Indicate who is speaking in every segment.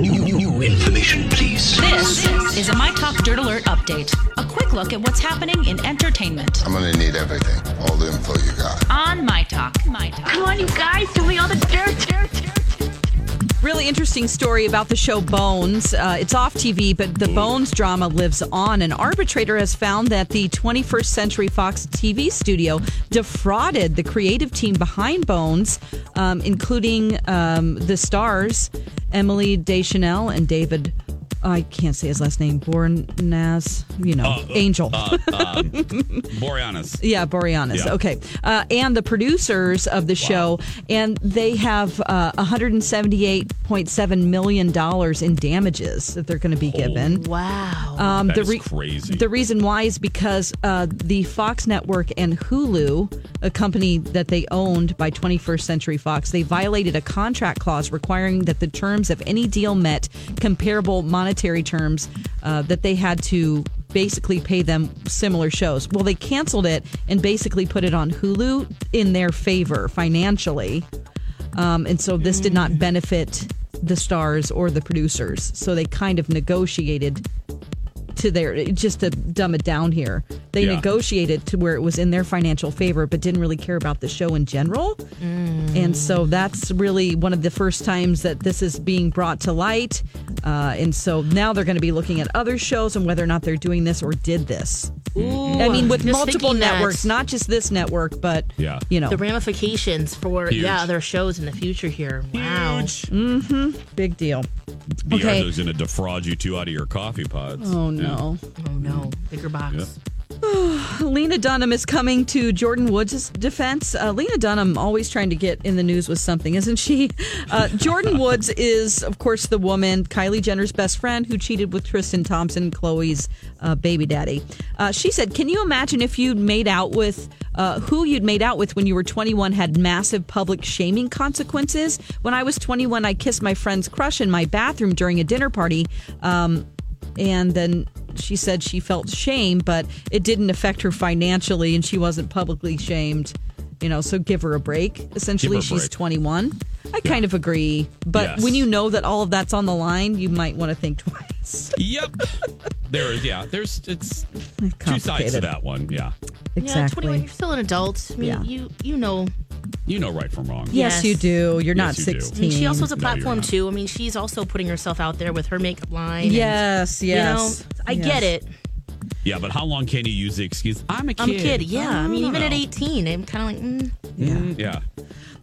Speaker 1: New, new information, please.
Speaker 2: This is a My Talk Dirt Alert update. A quick look at what's happening in entertainment
Speaker 3: I'm gonna need everything, all the info you got.
Speaker 2: on My Talk. My Talk.
Speaker 4: Come on, you guys, give me all the dirt, dirt, dirt, dirt.
Speaker 5: Really interesting story about the show Bones. Uh, it's off TV, but the Bones drama lives on. An arbitrator has found that the 21st Century Fox TV studio defrauded the creative team behind Bones, um, including um, the stars Emily Deschanel and David. I can't say his last name. Bornaz, you know, Angel.
Speaker 6: Boreanaz.
Speaker 5: Yeah, Boreanaz.
Speaker 6: Yeah.
Speaker 5: Okay. Uh, and the producers of the show, and they have uh, $178.7 million in damages that they're going to be given.
Speaker 4: Wow.
Speaker 5: Um,
Speaker 6: That
Speaker 5: the
Speaker 6: is
Speaker 5: re-
Speaker 6: crazy.
Speaker 5: The reason why is because uh, the Fox Network and Hulu, a company that they owned by 21st Century Fox, they violated a contract clause requiring that the terms of any deal met comparable monetary terms uh, that they had to basically pay them similar shows. Well, they canceled it and basically put it on Hulu in their favor financially. Um, and so this did not benefit the stars or the producers. So they kind of negotiated to their just to dumb it down here. They
Speaker 6: Yeah.
Speaker 5: negotiated to where it was in their financial favor, but didn't really care about the show in general.
Speaker 4: Mm.
Speaker 5: And so that's really one of the first times that this is being brought to light. Uh, and so now they're going to be looking at other shows and whether or not they're doing this or did this. I mean, with
Speaker 4: Just
Speaker 5: multiple
Speaker 4: thinking that.
Speaker 5: networks, not just this network, but
Speaker 6: Yeah.
Speaker 5: you know,
Speaker 4: The ramifications for
Speaker 6: Huge.
Speaker 4: yeah other shows in the future here. Wow. Mm,
Speaker 5: big deal. okay.
Speaker 6: BR's is going to defraud you two out of your coffee pods.
Speaker 5: Oh no.
Speaker 4: Oh no, bigger box.
Speaker 5: Lena Dunham is coming to Jordan Woods' defense. Uh, Lena Dunham always trying to get in the news with something, isn't she? Uh, Jordan Woods is, of course, the woman, Kylie Jenner's best friend, who cheated with Tristan Thompson, Chloe's uh, baby daddy. Uh, she said, Can you imagine if you'd made out with uh, who you'd made out with when you were 21 had massive public shaming consequences? When I was 21, I kissed my friend's crush in my bathroom during a dinner party. Um, and then she said she felt shame, but it didn't affect her financially, and she wasn't publicly shamed. You know, so give her a break. Essentially,
Speaker 6: Give her a
Speaker 5: she's
Speaker 6: break.
Speaker 5: 21. I kind of agree, but
Speaker 6: Yes.
Speaker 5: when you know that all of that's on the line, you might want to think twice.
Speaker 6: Yep. there is, yeah. There's, it's two sides to
Speaker 5: Complicated.
Speaker 6: that one. Yeah.
Speaker 4: Yeah, 21,
Speaker 5: Exactly.
Speaker 4: you're still an adult. I mean,
Speaker 5: Yeah.
Speaker 4: you you know.
Speaker 6: You know right from wrong.
Speaker 5: Yes,
Speaker 4: Yes.
Speaker 5: you do. You're not
Speaker 6: Yes, you do.
Speaker 4: I mean,
Speaker 5: 16.
Speaker 4: she also has a
Speaker 6: No,
Speaker 4: platform
Speaker 6: you're not.
Speaker 4: too. I mean, she's also putting herself out there with her makeup line. and,
Speaker 5: yes, yes.
Speaker 4: you know, I get
Speaker 5: yes.
Speaker 4: it.
Speaker 6: Yeah, but how long can you use the excuse? I'm a kid.
Speaker 4: I'm a kid. Oh. Yeah. I mean,
Speaker 6: don't
Speaker 4: even at
Speaker 6: know.
Speaker 4: 18, I'm kind of like, mm,
Speaker 6: Mm, Yeah.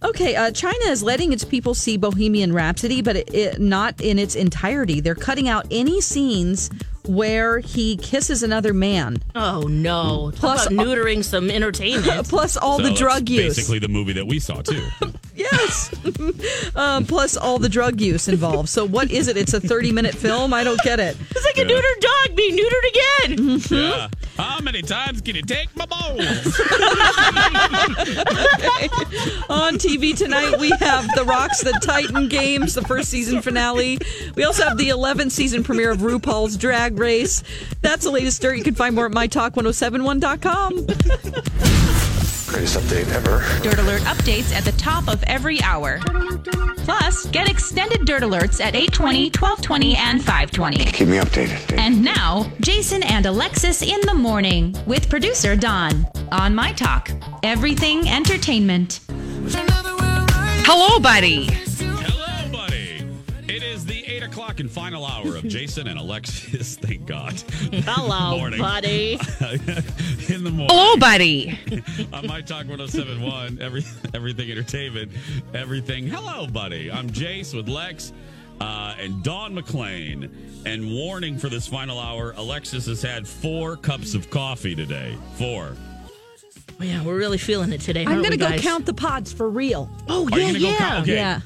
Speaker 5: Okay, uh, China is letting its people see Bohemian Rhapsody, but it, it, not in its entirety. They're cutting out any scenes where he kisses another man.
Speaker 4: oh no. Talk
Speaker 5: Plus-
Speaker 4: about neutering some entertainment.
Speaker 5: plus all
Speaker 6: So
Speaker 5: the
Speaker 6: that's
Speaker 5: drug use.
Speaker 6: Basically, the movie that we saw too.
Speaker 5: Yes. um, plus all the drug use involved. So what is it? It's a 30 minute film? I don't get it.
Speaker 4: it's like a neutered dog being neutered again.
Speaker 6: yeah. How many times can you take my balls?
Speaker 5: On TV tonight, we have The Rock's The Titan Games, the first season finale. We also have the 11th season premiere of RuPaul's Drag Race. That's the latest dirt. You can find more at mytalk1071.com.
Speaker 3: Greatest update ever.
Speaker 2: Dirt Alert updates at the top of every hour. Plus, get extended Dirt Alerts at 820, 1220, and 520.
Speaker 3: Keep me updated.
Speaker 2: And now, Jason and Alexis in the morning with producer Don on My Talk. Everything entertainment.
Speaker 7: Hello, buddy.
Speaker 6: Hello, buddy. It o'clock and final hour of Jason and Alexis. Thank God.
Speaker 4: Hello,
Speaker 6: Morning.
Speaker 4: buddy.
Speaker 6: in the morning.
Speaker 2: Hello, buddy.
Speaker 6: on My Talk 1071, every, everything entertainment, everything. Hello, buddy. I'm Jace with Lex uh, and Dawn McClain. And warning for this final hour Alexis has had four cups of coffee today. Four.
Speaker 4: Yeah, we're really feeling it today.
Speaker 5: I'm
Speaker 4: aren't
Speaker 5: gonna
Speaker 4: we,
Speaker 5: go
Speaker 4: guys?
Speaker 5: count the pods for real.
Speaker 4: Oh
Speaker 6: Are
Speaker 4: yeah,
Speaker 6: you gonna go
Speaker 4: yeah.
Speaker 6: count? Okay.
Speaker 5: Yeah.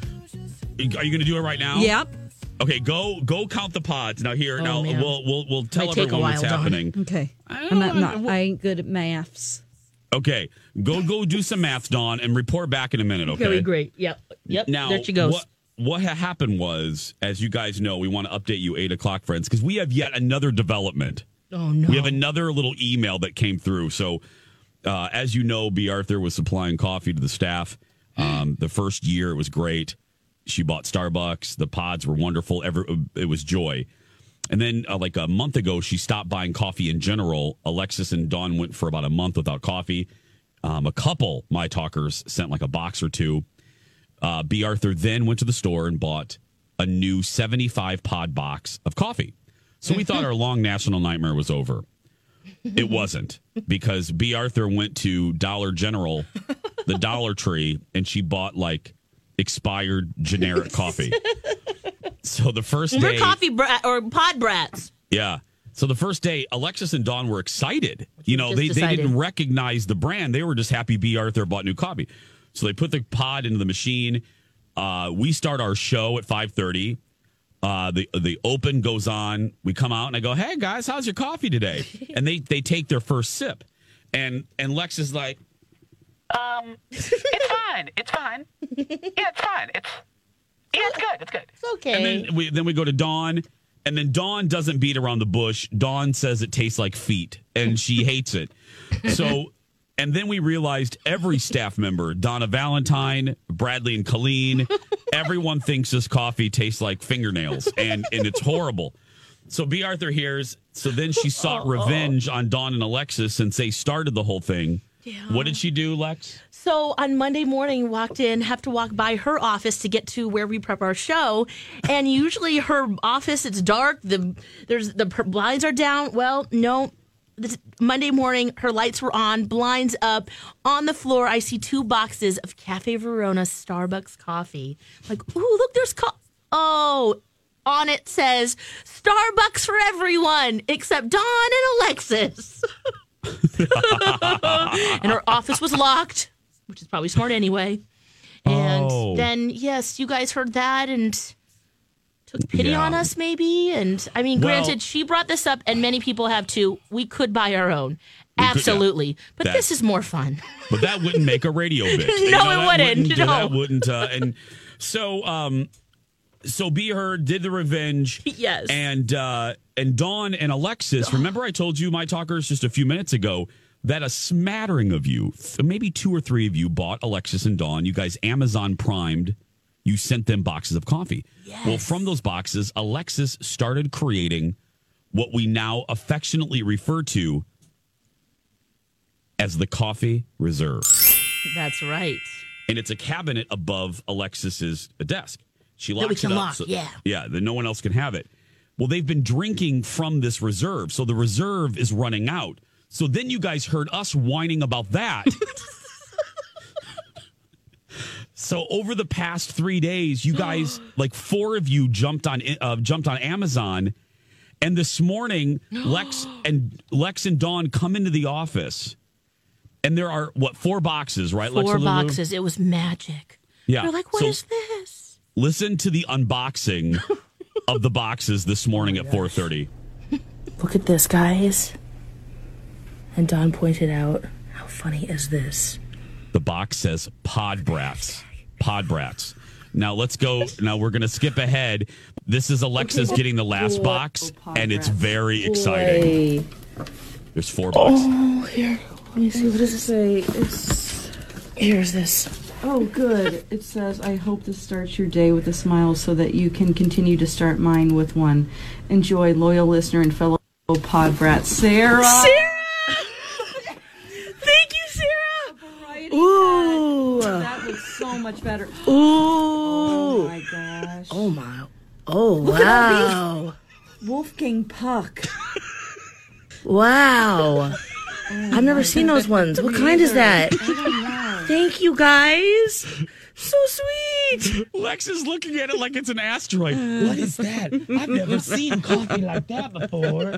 Speaker 6: Are you going to do it right now?
Speaker 5: Yep.
Speaker 6: Okay, go go count the pods. Now here,
Speaker 4: Oh,
Speaker 6: now
Speaker 4: man.
Speaker 6: we'll we'll we'll tell
Speaker 4: Might take a
Speaker 6: everyone what's
Speaker 4: while, Dawn.
Speaker 6: happening.
Speaker 5: Okay.
Speaker 6: I
Speaker 5: I'm not,
Speaker 6: don't-
Speaker 5: not I ain't good at maths.
Speaker 6: Okay, go go do some math, Dawn, and report back in a minute. Okay.
Speaker 4: Very great. Yep. Yep.
Speaker 6: Now,
Speaker 4: there she goes.
Speaker 6: What, what ha- happened was, as you guys know, we want to update you eight o'clock, friends, because we have yet another development.
Speaker 4: Oh no.
Speaker 6: We have another little email that came through. So, uh, as you know, B. Arthur was supplying coffee to the staff. Um, the first year, it was great. She bought Starbucks. The pods were wonderful. Every, uh, it was joy. And then, uh, like a month ago, she stopped buying coffee in general. Alexis and Dawn went for about a month without coffee. Um, a couple, my talkers, sent like a box or two. Uh, B. Arthur then went to the store and bought a new 75 pod box of coffee. So we thought our long national nightmare was over. It wasn't because B. Arthur went to Dollar General, the Dollar Tree, and she bought like expired generic coffee. So the first
Speaker 4: We're
Speaker 6: day,
Speaker 4: coffee brat or pod brats.
Speaker 6: yeah. So the first day, Alexis and Dawn were excited. You know,
Speaker 4: just
Speaker 6: they, they
Speaker 4: decided.
Speaker 6: didn't recognize the brand. They were just happy B. Arthur bought new coffee. So they put the pod into the machine. Uh, we start our show at 5.30. Uh, the the open goes on. We come out and I go, hey, guys, how's your coffee today? And they, they take their first sip. And, and Lex is like,
Speaker 7: It's fine. It's fine. Yeah, it's fine. It's yeah, it's good. It's good.
Speaker 4: It's okay.
Speaker 6: And then we then we go to Dawn, and then Dawn doesn't beat around the bush. Dawn says it tastes like feet, and she hates it. So, and then we realized every staff member, Donna Valentine, Bradley, and Colleen, everyone thinks this coffee tastes like fingernails, and and it's horrible. So B. Arthur hears. So then she sought revenge on Dawn and Alexis since they started the whole thing. What did she do, Lex?
Speaker 4: So on Monday morning, walked in, have to walk by her office to get to where we prep our show. And usually her office, it's dark. The there's the per- blinds are down. Well, no. This, Monday morning, her lights were on, blinds up. On the floor, I see two boxes of Cafe Verona Starbucks coffee. Like, ooh, look, there's co- oh, on it says Starbucks for everyone except Dawn and Alexis and her office was locked, which is probably smart anyway. And
Speaker 6: Oh.
Speaker 4: then, yes, you guys heard that and took pity
Speaker 6: Yeah.
Speaker 4: on us, maybe. And I mean,
Speaker 6: Well-
Speaker 4: granted, she brought this up, and many people have too. We could buy our own.
Speaker 6: yeah.
Speaker 4: Absolutely. But
Speaker 6: That-
Speaker 4: this is more fun.
Speaker 6: but that wouldn't make a radio bit.
Speaker 4: No, it
Speaker 6: that
Speaker 4: wouldn't. No.
Speaker 6: That wouldn't. Uh, and so, um, so be her did the revenge.
Speaker 4: Yes.
Speaker 6: And uh, and Dawn and Alexis. Remember, I told you my talkers just a few minutes ago that a smattering of you, th- maybe two or three of you, bought Alexis and Dawn. You guys Amazon primed. You sent them boxes of coffee. Well, from those boxes, Alexis started creating what we now affectionately refer to as the coffee reserve
Speaker 4: That's right.
Speaker 6: and it's a cabinet above Alexis's desk. She locks
Speaker 4: we can
Speaker 6: it up.
Speaker 4: lock, yeah.
Speaker 6: yeah, that no one else can have it. Well, they've been drinking from this reserve, so the reserve is running out. So then you guys heard us whining about that. so over the past three days, you guys, like four of you, jumped on uh, jumped on Amazon, and this morning, Lex and Lex and Dawn come into the office, and there are what four boxes, right? Lex
Speaker 4: Four
Speaker 6: and Lulu?
Speaker 4: boxes. It was magic.
Speaker 6: Yeah.
Speaker 4: They're like, what
Speaker 6: So-
Speaker 4: is this?
Speaker 6: listen to the unboxing of the boxes this morning at 4.30
Speaker 8: Look at this, guys. And Don pointed out, how funny is this?
Speaker 6: the box says pod brats pod brats now let's go now we're gonna skip ahead this is alexis getting the last box
Speaker 4: Oh,
Speaker 6: and it's very exciting
Speaker 8: Hey.
Speaker 6: there's four boxes
Speaker 8: Oh, here. Let me see. What does it say? It's. Here's this.
Speaker 9: Oh, good. It says, I hope this starts your day with a smile so that you can continue to start mine with one. Enjoy, loyal listener and fellow pod brat, Sarah.
Speaker 4: Thank you, Sarah.
Speaker 9: Ooh. That looks so much better. Ooh. Oh, my gosh.
Speaker 8: Oh my Oh,
Speaker 9: Look at
Speaker 8: wow.
Speaker 9: all these. Wolfgang Puck. Oh
Speaker 8: Wow. I've never seen those ones. What kind is that? Thank you guys. So sweet.
Speaker 6: Lex is looking at it like it's an asteroid. What is that? I've
Speaker 10: never seen coffee like that before.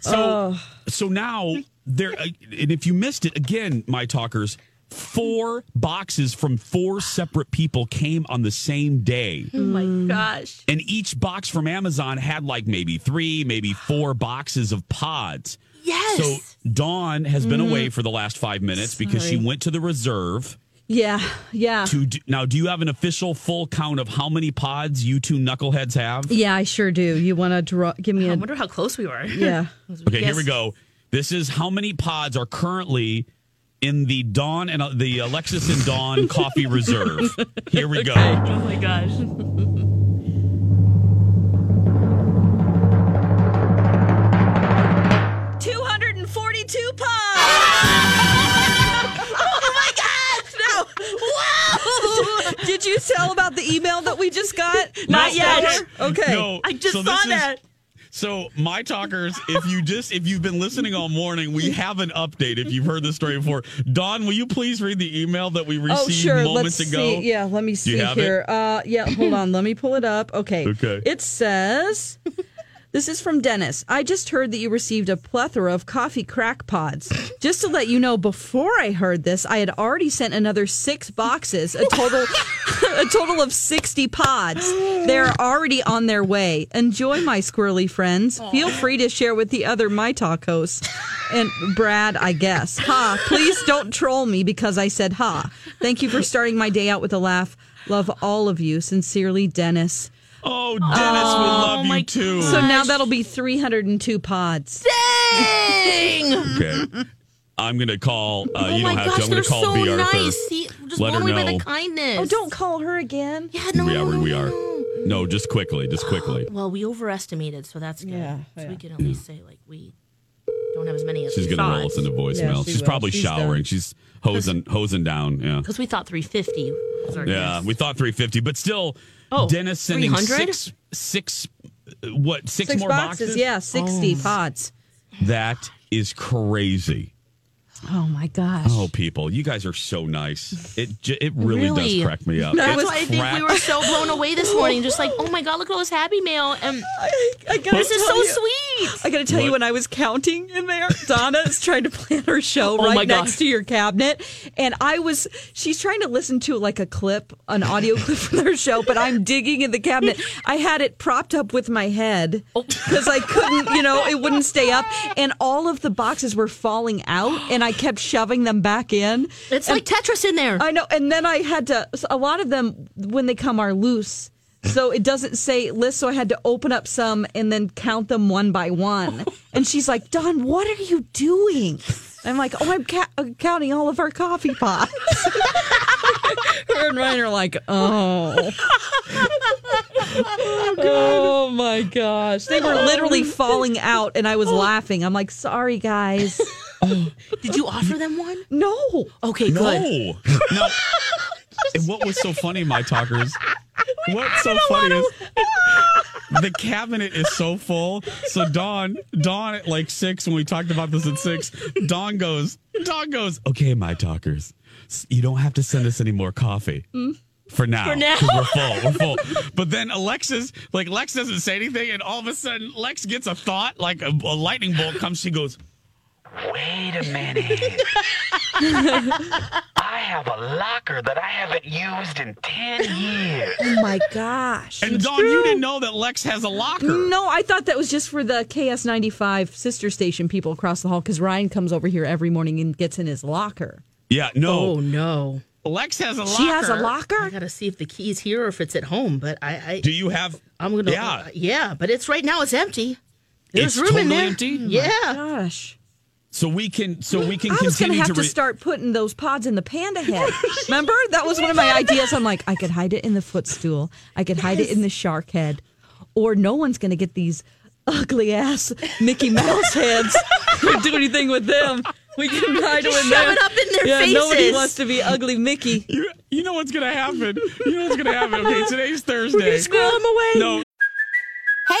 Speaker 6: So, so now there, uh, and if you missed it again, my talkers, four boxes from four separate people came on the same day.
Speaker 4: Oh my gosh.
Speaker 6: And each box from Amazon had like maybe three, maybe four boxes of pods.
Speaker 5: Yes.
Speaker 6: So Dawn has been
Speaker 4: Mm.
Speaker 5: Mhm.
Speaker 6: away for the last five minutes because she
Speaker 5: Sorry.
Speaker 6: went to the reserve.
Speaker 5: Yeah, yeah.
Speaker 6: To do, now, do you have an official full count of how many pods you two knuckleheads have?
Speaker 5: Yeah, I sure do. You want to draw? Give me a. I wonder
Speaker 4: how close we were.
Speaker 5: Yeah.
Speaker 6: Okay, here we go. This is how many pods are currently in the Dawn and uh, the Alexis and Dawn Coffee Reserve. Here we go.
Speaker 4: Oh my gosh.
Speaker 5: Two hundred and forty-two pods. oh my gosh! No! Wow! Did you tell about the email that we just got?
Speaker 6: No,
Speaker 5: Okay.
Speaker 6: No, so this is- So, my talkers, if you just if you've been listening all morning, we have an update. If you've heard this story before, Dawn, will you please read the email that we received
Speaker 5: oh sure.
Speaker 6: moments
Speaker 5: Let's
Speaker 6: ago?
Speaker 5: see. Yeah, let me
Speaker 6: Do
Speaker 5: see
Speaker 6: you have
Speaker 5: here.
Speaker 6: It?
Speaker 5: Uh, yeah, hold on. Let me pull it up. Okay.
Speaker 6: Okay.
Speaker 5: It says. This is from Dennis. I just heard that you received a plethora of coffee crack pods. Just to let you know, before I heard this, I had already sent another six boxes, a total, a total of sixty pods. They are already on their way. Enjoy, my squirrely friends. Feel free to share with the other my talk hosts and Brad, I guess. Ha! Please don't troll me because I said ha. Thank you for starting my day out with a laugh. Love all of you. Sincerely, Dennis.
Speaker 6: Oh, Dennis would love you too.
Speaker 5: So now that'll be 302 pods.
Speaker 4: Dang!
Speaker 6: okay. I'm gonna call. Uh,
Speaker 4: oh
Speaker 6: you
Speaker 4: my
Speaker 6: don't have
Speaker 4: gosh,
Speaker 6: to. I'm gonna
Speaker 4: they're
Speaker 6: call
Speaker 4: so
Speaker 6: B. Arthur.
Speaker 4: nice. See, just
Speaker 6: Let her
Speaker 4: blown away by
Speaker 6: know.
Speaker 4: the kindness.
Speaker 5: Oh, don't call her again.
Speaker 4: Yeah, no.
Speaker 6: we are. We are. No, just quickly. Just quickly.
Speaker 4: Well, we overestimated, so that's good. so we can at least say like we don't have as many as
Speaker 6: She's
Speaker 4: we
Speaker 6: gonna roll us
Speaker 4: thought.
Speaker 6: into voicemail. She's probably showering. She's hosing hosing down. Yeah.
Speaker 4: Because we thought 350 was our
Speaker 6: Yeah,
Speaker 4: guess.
Speaker 6: we thought 350, but still,
Speaker 4: Oh,
Speaker 6: Dennis sending
Speaker 4: 300?
Speaker 6: six, six, uh, what, six,
Speaker 5: Six
Speaker 6: more
Speaker 5: boxes,
Speaker 6: boxes?
Speaker 5: yeah, 60 pods.
Speaker 6: That is crazy.
Speaker 5: Oh my gosh.
Speaker 6: Oh, people, you guys are so nice. It ju- it really,
Speaker 4: Really?
Speaker 6: does crack me up.
Speaker 4: That's
Speaker 6: It
Speaker 4: why I think we
Speaker 6: cracks-
Speaker 4: were so blown away this morning. Just like, oh my god, look at all this happy mail, and this is so sweet.
Speaker 5: I gotta tell you,
Speaker 4: What?
Speaker 5: when I was counting in there, Donna is trying to plan her show
Speaker 4: Oh my
Speaker 5: right
Speaker 4: gosh.
Speaker 5: next to your cabinet, and I was she's trying to listen to like a clip, an audio clip from their show, but I'm digging in the cabinet. I had it propped up with my head because I couldn't, you know, it wouldn't stay up, and all of the boxes were falling out, and I kept shoving them back in.
Speaker 4: It's like Tetris in there.
Speaker 5: I know, and then I had to. A lot of them when they come are loose. So it doesn't say list, so I had to open up some and then count them one by one. And she's like, Don, what are you doing? I'm like, oh, I'm ca- uh, counting all of our coffee pots. Her and Ryan are like, oh. oh my gosh. They were literally falling out, and I was laughing. I'm like, sorry, guys.
Speaker 4: Did you offer them one?
Speaker 5: No.
Speaker 4: Okay,
Speaker 6: no.
Speaker 4: good.
Speaker 6: No. and what was so funny, my talkers? What's so funny is the cabinet is so full. So Dawn, Dawn at like six when we talked about this at six, Dawn goes, Dawn goes, okay, my talkers, s- you don't have to send us any more coffee. For now,
Speaker 10: For now.
Speaker 6: 'cause we're full. We're full. but then Alexis, like Lex doesn't say anything, and all of a sudden Lex gets a thought, like a, a lightning bolt comes. She goes,
Speaker 7: Wait a minute. I have a locker that I haven't used in 10 years.
Speaker 5: Oh my gosh.
Speaker 6: And Dawn, you didn't know that Lex has a locker.
Speaker 5: No, I thought that was just for the KS95 sister station people across the hall because Ryan comes over here every morning and gets in his locker.
Speaker 6: Yeah, no.
Speaker 4: Oh no.
Speaker 6: Lex has a
Speaker 4: She has a
Speaker 5: locker.
Speaker 4: I gotta see if the key's here or if it's at home. But I, I
Speaker 6: Do you have?
Speaker 4: I'm gonna.
Speaker 6: Yeah.
Speaker 4: Yeah, but it's right now. It's empty.
Speaker 6: It's
Speaker 4: There's room in
Speaker 6: totally
Speaker 4: there.
Speaker 6: empty? Oh my
Speaker 4: Yeah.
Speaker 5: gosh.
Speaker 6: So we can. So we can
Speaker 5: I was going
Speaker 6: continue
Speaker 5: to have to,
Speaker 6: re-
Speaker 5: start putting those pods in the panda head. Remember? That was one of my ideas. I'm like, I could hide it in the footstool, I could hide it in the shark head, or no one's going to get these ugly ass Mickey Mouse heads. Can't do anything with them. We can hide
Speaker 4: Just
Speaker 5: them in
Speaker 4: shove
Speaker 5: there.
Speaker 4: it up in their
Speaker 5: yeah, Nobody
Speaker 4: faces.
Speaker 5: wants to be ugly Mickey.
Speaker 6: You, you know what's going to happen. You know what's going to happen. Okay, today's Thursday.
Speaker 5: squirrel 'em away.
Speaker 6: No,
Speaker 11: Hey,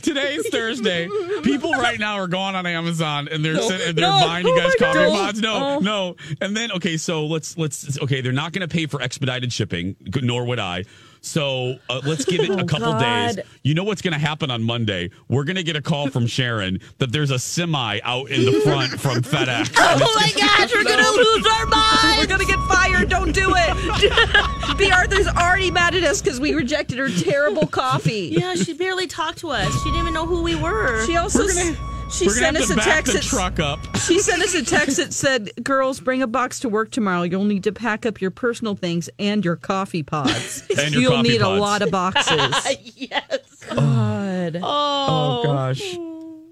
Speaker 6: Today's Thursday. People right now are going on Amazon and they're
Speaker 12: No.
Speaker 6: sitting, and they're
Speaker 12: No.
Speaker 6: buying you
Speaker 12: Oh
Speaker 6: guys
Speaker 12: my
Speaker 6: coffee
Speaker 12: God.
Speaker 6: pods. No,
Speaker 12: Oh.
Speaker 6: no. And then okay, so let's let's okay. They're not going to pay for expedited shipping, nor would I. So uh, let's give it a
Speaker 12: Oh,
Speaker 6: couple
Speaker 12: God.
Speaker 6: days. You know what's going to happen on Monday? We're going to get a call from Sharon that there's a semi out in the front from FedEx. And it's
Speaker 5: my gosh, we're gonna lose our minds. We're gonna get fired. Don't do it. B. Arthur's already mad at us because we rejected her terrible coffee.
Speaker 4: Yeah, she barely talked to us. She didn't even know who we were.
Speaker 5: She also
Speaker 4: We're gonna-
Speaker 5: s- she
Speaker 4: we're gonna
Speaker 5: sent
Speaker 4: have
Speaker 5: us
Speaker 4: to
Speaker 5: a
Speaker 4: back
Speaker 5: text.
Speaker 4: the
Speaker 5: that s-
Speaker 6: truck up.
Speaker 5: She sent us a text that said, "Girls, bring a box to work tomorrow. You'll need to pack up your personal things and your coffee pods.
Speaker 6: And your
Speaker 5: You'll
Speaker 6: coffee
Speaker 5: need a
Speaker 6: pods."
Speaker 5: lot of boxes."
Speaker 4: yes.
Speaker 5: God.
Speaker 6: Oh gosh.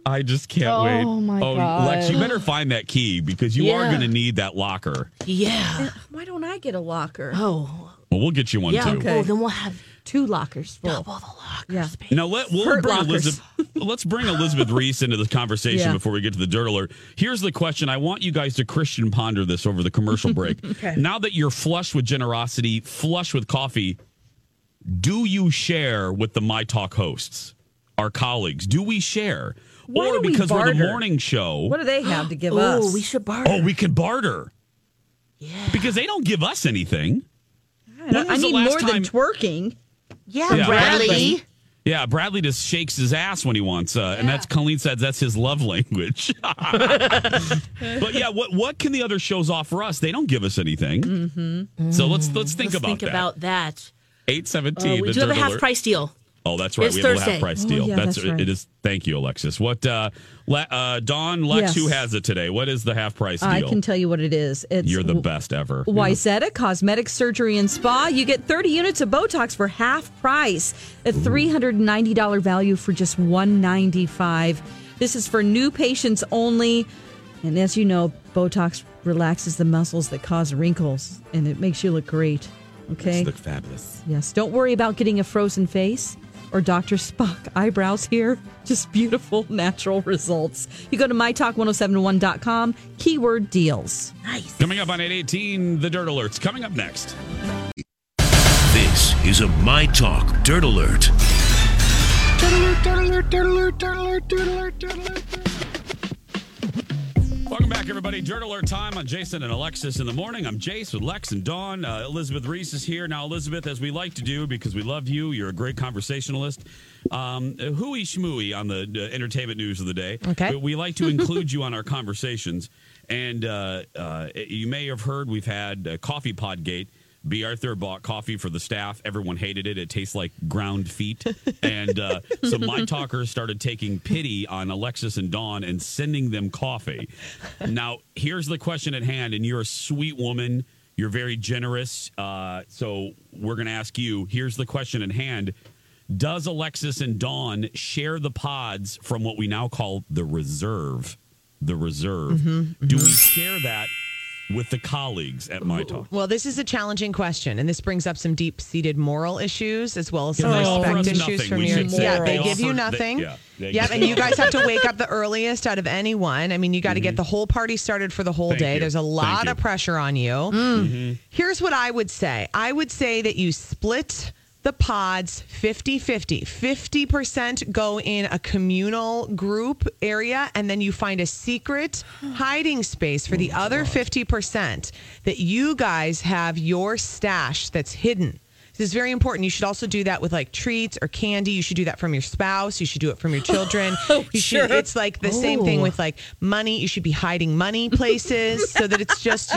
Speaker 6: I just can't
Speaker 5: Oh,
Speaker 6: wait.
Speaker 5: my
Speaker 6: Lex,
Speaker 5: God.
Speaker 6: you better find that key because you are
Speaker 5: Yeah.
Speaker 6: going to need that locker.
Speaker 4: Yeah.
Speaker 5: Why don't I get a locker?
Speaker 4: Oh.
Speaker 6: Well, we'll get you one
Speaker 4: yeah.
Speaker 6: too.
Speaker 4: Oh, then we'll have two lockers. Full. Double the
Speaker 5: lockers.
Speaker 6: Now let we'll
Speaker 4: Hurt
Speaker 6: bring
Speaker 4: lockers.
Speaker 6: Elizabeth, let's bring Elizabeth Reese into the conversation
Speaker 4: Yeah.
Speaker 6: before we get to the dirt alert. Here's the question: I want you guys to Christian ponder this over the commercial break.
Speaker 13: Okay.
Speaker 6: Now that you're flush with generosity, flush with coffee, do you share with the My Talk hosts, our colleagues? Do we share,
Speaker 5: Why
Speaker 6: or
Speaker 5: do we
Speaker 6: because are the
Speaker 5: barter?
Speaker 6: morning show?
Speaker 5: What do they have to give
Speaker 4: Ooh,
Speaker 5: us?
Speaker 4: we should barter.
Speaker 6: Oh, we could barter. Yeah. Because they don't give us anything. When
Speaker 5: I
Speaker 6: was the
Speaker 5: need
Speaker 6: last
Speaker 5: more than
Speaker 6: time-
Speaker 5: twerking.
Speaker 6: Oh, Yeah, Bradley just shakes his ass when he wants, uh, and that's Colleen says that's his love language. but yeah, what what can the other shows offer us? They don't give us anything.
Speaker 4: Mm-hmm.
Speaker 6: So let's let's think
Speaker 4: Let's
Speaker 6: about
Speaker 4: think
Speaker 6: that.
Speaker 4: about that.
Speaker 6: Eight
Speaker 4: Oh,
Speaker 6: seventeen.
Speaker 4: we do have a half price deal.
Speaker 6: Oh, that's right.
Speaker 4: It's
Speaker 6: we have a
Speaker 4: Thursday.
Speaker 6: half price
Speaker 4: Oh,
Speaker 6: deal.
Speaker 4: yeah,
Speaker 6: that's,
Speaker 4: that's right.
Speaker 6: it is. Thank you, Alexis. What uh, Le, uh Don Lex?
Speaker 5: Yes.
Speaker 6: Who has it today? What is the half price deal?
Speaker 5: I can tell you what it is. It's
Speaker 6: You're the best ever.
Speaker 5: Wyzetta Cosmetic Surgery and Spa. You get 30 units of Botox for half price, a $390 value for just $195. This is for new patients only. And as you know, Botox relaxes the muscles that cause wrinkles and it makes you look great. Okay?
Speaker 6: You look fabulous.
Speaker 5: Yes. Don't worry about getting a frozen face or Dr. Spock eyebrows here. Just beautiful, natural results. You go to mytalk1071.com, keyword deals.
Speaker 6: Coming up on eight eighteen, the dirt alerts coming up next.
Speaker 14: This is a My Talk Dirt Alert.
Speaker 6: Welcome back, everybody. Dirt Alert time on Jason and Alexis in the morning. I'm Jace with Lex and Dawn. Uh, Elizabeth Reese is here. Now, Elizabeth, as we like to do because we love you, you're a great conversationalist. Um, uh, hooey schmooey on the uh, entertainment news of the day.
Speaker 5: Okay.
Speaker 6: But we like to include you on our conversations. And uh, uh, you may have heard we've had uh, Coffee Pod Gate. B. Arthur bought coffee for the staff. Everyone hated it. It tastes like ground feet. And uh, so my talkers started taking pity on Alexis and Dawn and sending them coffee. Now, here's the question at hand. And you're a sweet woman, you're very generous. Uh, so we're going to ask you here's the question at hand Does Alexis and Dawn share the pods from what we now call the reserve? The reserve.
Speaker 15: Mhm,
Speaker 6: Do we share that with the colleagues at My Talk?
Speaker 15: Well, this is a challenging question, and this brings up some deep seated moral issues as well as some
Speaker 6: Yeah, they offer
Speaker 15: respect
Speaker 6: us
Speaker 15: issues
Speaker 6: nothing.
Speaker 15: from
Speaker 6: We
Speaker 15: your
Speaker 6: should say
Speaker 15: Yeah,
Speaker 6: that
Speaker 15: they,
Speaker 6: they
Speaker 15: give
Speaker 6: offer-
Speaker 15: you
Speaker 6: they-
Speaker 15: nothing.
Speaker 6: yeah, they
Speaker 15: yep,
Speaker 6: give-
Speaker 15: and you guys have to wake up the earliest out of anyone. I mean, you got to
Speaker 6: Mm-hmm.
Speaker 15: get the whole party started for the whole
Speaker 16: Thank
Speaker 15: day.
Speaker 16: you.
Speaker 15: There's a
Speaker 16: Thank
Speaker 15: lot
Speaker 16: you.
Speaker 15: of pressure on you.
Speaker 6: Mm-hmm.
Speaker 15: Here's what I would say I would say that you split the pods 50 50. 50% go in a communal group area, and then you find a secret hiding space for the other 50% that you guys have your stash that's hidden. This is very important. You should also do that with like treats or candy. You should do that from your spouse. You should do it from your children. you should,
Speaker 16: Oh, sure.
Speaker 15: It's like the same thing
Speaker 16: Oh.
Speaker 15: with like money. You should be hiding money places so that it's just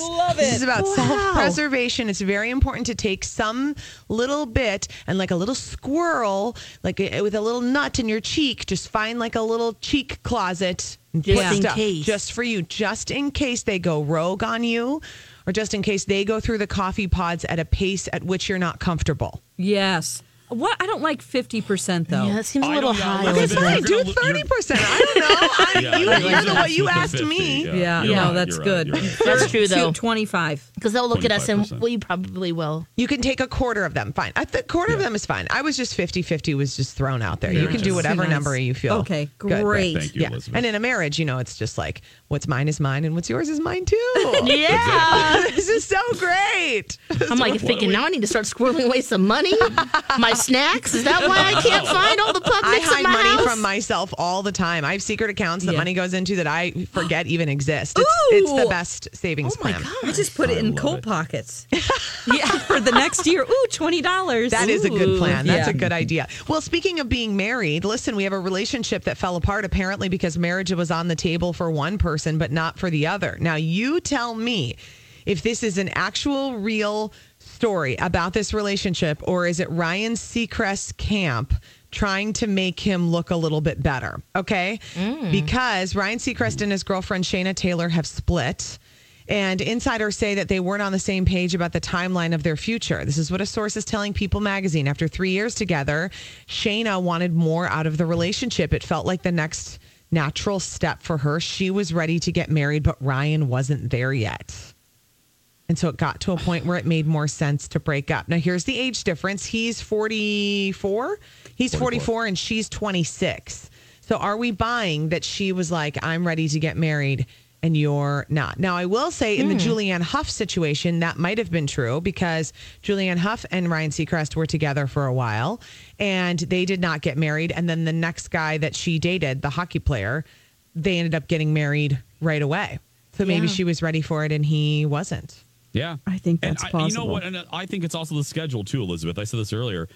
Speaker 16: I love
Speaker 15: This is
Speaker 16: it.
Speaker 15: about
Speaker 16: Wow.
Speaker 15: self-preservation. It's very important to take some little bit and like a little squirrel, like a, with a little nut in your cheek, just find like a little cheek closet. and
Speaker 16: Just
Speaker 15: put
Speaker 16: in
Speaker 15: stuff
Speaker 16: case.
Speaker 15: just for you, just in case they go rogue on you, or just in case they go through the coffee pods at a pace at which you're not comfortable.
Speaker 5: Yes. What I don't like fifty percent though. Yeah,
Speaker 4: that seems
Speaker 15: a I little don't know. high. Okay, fine, do 30%. I don't know. I- you- you're the one- you asked me.
Speaker 5: Yeah,
Speaker 15: Yeah,
Speaker 5: yeah,
Speaker 15: you're
Speaker 5: no,
Speaker 15: right,
Speaker 5: that's
Speaker 15: you're right,
Speaker 5: good.
Speaker 15: you're right.
Speaker 4: That's true, though.
Speaker 5: Twenty-five.
Speaker 4: Because they'll look at us and well, you probably will.
Speaker 15: You can take a quarter of them. Fine. A th- quarter of them is fine. I was just 50 50 was just thrown out there.
Speaker 5: Very
Speaker 15: you can do
Speaker 5: nice.
Speaker 15: whatever
Speaker 5: Nice.
Speaker 15: number you feel.
Speaker 5: Okay,
Speaker 15: good with.
Speaker 5: great. Thank you,
Speaker 15: yeah.
Speaker 5: Elizabeth.
Speaker 15: And in a marriage, you know, it's just like, what's mine is mine and what's yours is mine too.
Speaker 4: Yeah.
Speaker 15: this is so great.
Speaker 4: I'm like thinking now I need to start squirreling away some money. my snacks? Is that why I can't find all the pub
Speaker 15: I
Speaker 4: mix
Speaker 15: hide
Speaker 4: in my
Speaker 15: money
Speaker 4: house?
Speaker 15: from myself all the time. I have secret accounts that
Speaker 5: Yeah.
Speaker 15: money goes into that I forget even exist. It's, it's the
Speaker 5: Ooh.
Speaker 15: best savings
Speaker 5: Oh my
Speaker 15: plan.
Speaker 5: god! I just put it in coat pockets. yeah, for the next year. Ooh, twenty dollars.
Speaker 15: That is a good plan. That's
Speaker 5: yeah.
Speaker 15: a good idea. Well, speaking of being married, listen, we have a relationship that fell apart apparently because marriage was on the table for one person but not for the other. Now, you tell me if this is an actual real story about this relationship or is it Ryan Seacrest camp? Trying to make him look a little bit better. Okay. Because Ryan Seacrest and his girlfriend Shayna Taylor have split. And insiders say that they weren't on the same page about the timeline of their future. This is what a source is telling People magazine. After three years together, Shayna wanted more out of the relationship. It felt like the next natural step for her. She was ready to get married, but Ryan wasn't there yet. And so it got to a point where it made more sense to break up. Now, here's the age difference he's 44, he's 44, and she's 26. So, are we buying that she was like, I'm ready to get married and you're not? Now, I will say in the Julianne Huff situation, that might have been true because Julianne Huff and Ryan Seacrest were together for a while and they did not get married. And then the next guy that she dated, the hockey player, they ended up getting married right away. So maybe
Speaker 5: Yeah.
Speaker 15: she was ready for it and he wasn't.
Speaker 12: Yeah.
Speaker 5: I think
Speaker 12: And
Speaker 5: that's
Speaker 12: I,
Speaker 5: possible.
Speaker 12: You know what? And uh, I think it's also the schedule too, Elizabeth. I said this earlier.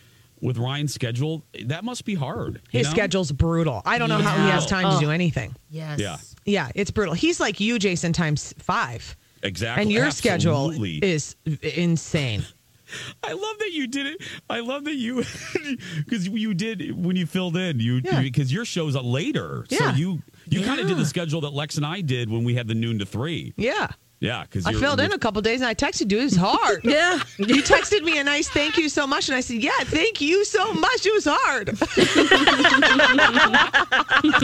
Speaker 12: With Ryan's schedule, that must be hard. you
Speaker 15: His
Speaker 12: know?
Speaker 15: schedule's brutal. I don't know how he
Speaker 12: Yeah.
Speaker 15: has time to do anything.
Speaker 4: Yes.
Speaker 12: Yeah.
Speaker 15: Yeah, it's brutal. He's like you, Jason, times five.
Speaker 12: Exactly.
Speaker 15: And your
Speaker 12: Absolutely.
Speaker 15: schedule is insane.
Speaker 12: I love that you did it. I love that you because you did when you filled in. You
Speaker 15: Yeah.
Speaker 12: because your show's on later,
Speaker 15: Yeah.
Speaker 12: so you you kind of did
Speaker 15: Yeah.
Speaker 12: the schedule that Lex and I did when we had the noon to three.
Speaker 15: Yeah.
Speaker 12: Yeah, because
Speaker 15: I filled in a couple days and I texted you. It was hard.
Speaker 5: yeah.
Speaker 15: You texted me a nice thank you so much. And I said, Yeah, thank you so much. It was hard. You're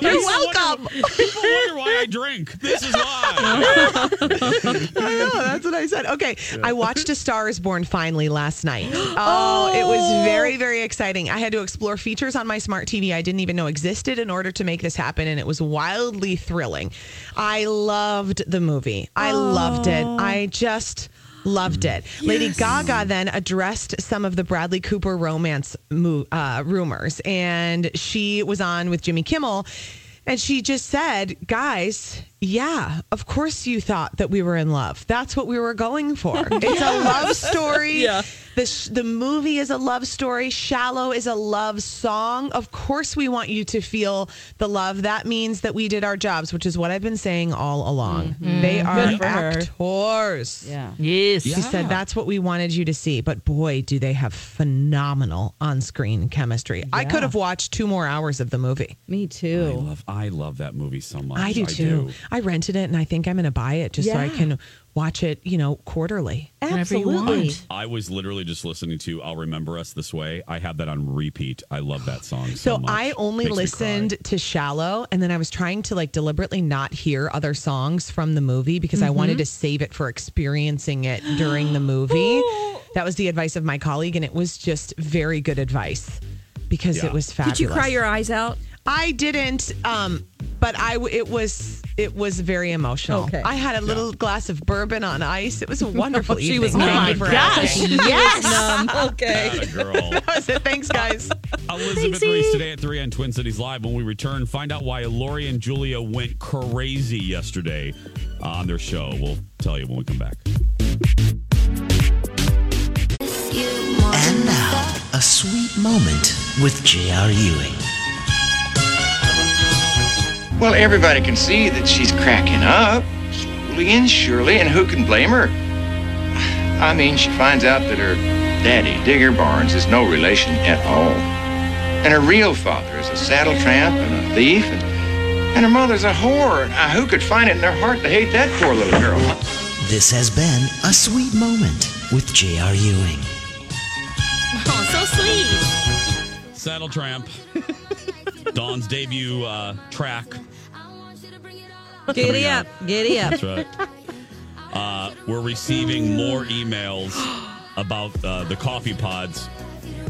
Speaker 15: welcome.
Speaker 12: People wonder why I drink. This is why.
Speaker 15: I know. That's what I said. Okay. I watched A Star is Born finally last night. Oh, it was very, very exciting. I had to explore features on my smart TV I didn't even know existed in order to make this happen. And it was wildly thrilling. I loved the movie. I loved it. I just. Loved it. Lady Gaga then addressed some of the Bradley Cooper romance mo- uh, rumors, and she was on with Jimmy Kimmel, and she just said, Guys, yeah, of course you thought that we were in love. That's what we were going for. It's a love story.
Speaker 5: Yeah.
Speaker 15: The, sh- the movie is a love story. Shallow is a love song. Of course, we want you to feel the love. That means that we did our jobs, which is what I've been saying all
Speaker 4: Mm.
Speaker 15: along. Mm-hmm. They are
Speaker 5: Good for her.
Speaker 15: actors.
Speaker 5: Yeah.
Speaker 4: Yes.
Speaker 15: She said that's what we wanted you to see. But boy, do they have phenomenal on screen chemistry. I could have watched two more hours of the movie.
Speaker 5: Me
Speaker 12: I
Speaker 5: too.
Speaker 12: love I love that movie so much.
Speaker 15: I do too. I, rented it and I think I'm going to buy it just so I
Speaker 5: Yeah.
Speaker 15: can watch it, you know, quarterly.
Speaker 4: Whenever you
Speaker 5: Absolutely.
Speaker 4: want.
Speaker 12: I was literally just listening to "I'll Remember Us This Way." I have that on repeat. I love that song. So,
Speaker 15: So
Speaker 12: much.
Speaker 15: I only
Speaker 12: Makes me cry.
Speaker 15: listened to Shallow and then I was trying to like deliberately not hear other songs from the movie because I
Speaker 4: Mm-hmm.
Speaker 15: wanted to save it for experiencing it during the movie. that was the advice of my colleague and it was just very good advice because
Speaker 12: Yeah.
Speaker 15: it was fabulous.
Speaker 5: Did you cry your eyes out?
Speaker 15: I didn't, um, but I w- it was it was very emotional.
Speaker 5: Okay.
Speaker 15: I had a little glass of bourbon on ice. It was a wonderful evening.
Speaker 5: she was
Speaker 15: Thank
Speaker 5: numb.
Speaker 15: you for
Speaker 5: Oh my
Speaker 15: asking.
Speaker 4: Yes.
Speaker 5: Um, okay.
Speaker 12: Atta girl.
Speaker 15: That was it. Thanks, guys.
Speaker 12: Elizabeth Reese today at 3 on Twin Cities Live. When we return, find out why Lori and Julia went crazy yesterday on their show. We'll tell you when we come back.
Speaker 17: And now, a sweet moment with J.R. Ewing.
Speaker 18: Well, everybody can see that she's cracking up, slowly and surely, and who can blame her? I mean, she finds out that her daddy, Digger Barnes, is no relation at all. And her real father is a saddle tramp and a thief, and, and her mother's a whore. Now, who could find it in their heart to hate that poor little girl?
Speaker 17: This has been a sweet moment with J.R. Ewing.
Speaker 4: Oh, so sweet.
Speaker 6: Saddle Tramp. Dawn's debut uh, track.
Speaker 5: Giddy
Speaker 6: Coming
Speaker 5: up,
Speaker 6: out.
Speaker 5: giddy up.
Speaker 6: That's right. Uh, we're receiving more emails about uh, the coffee pods.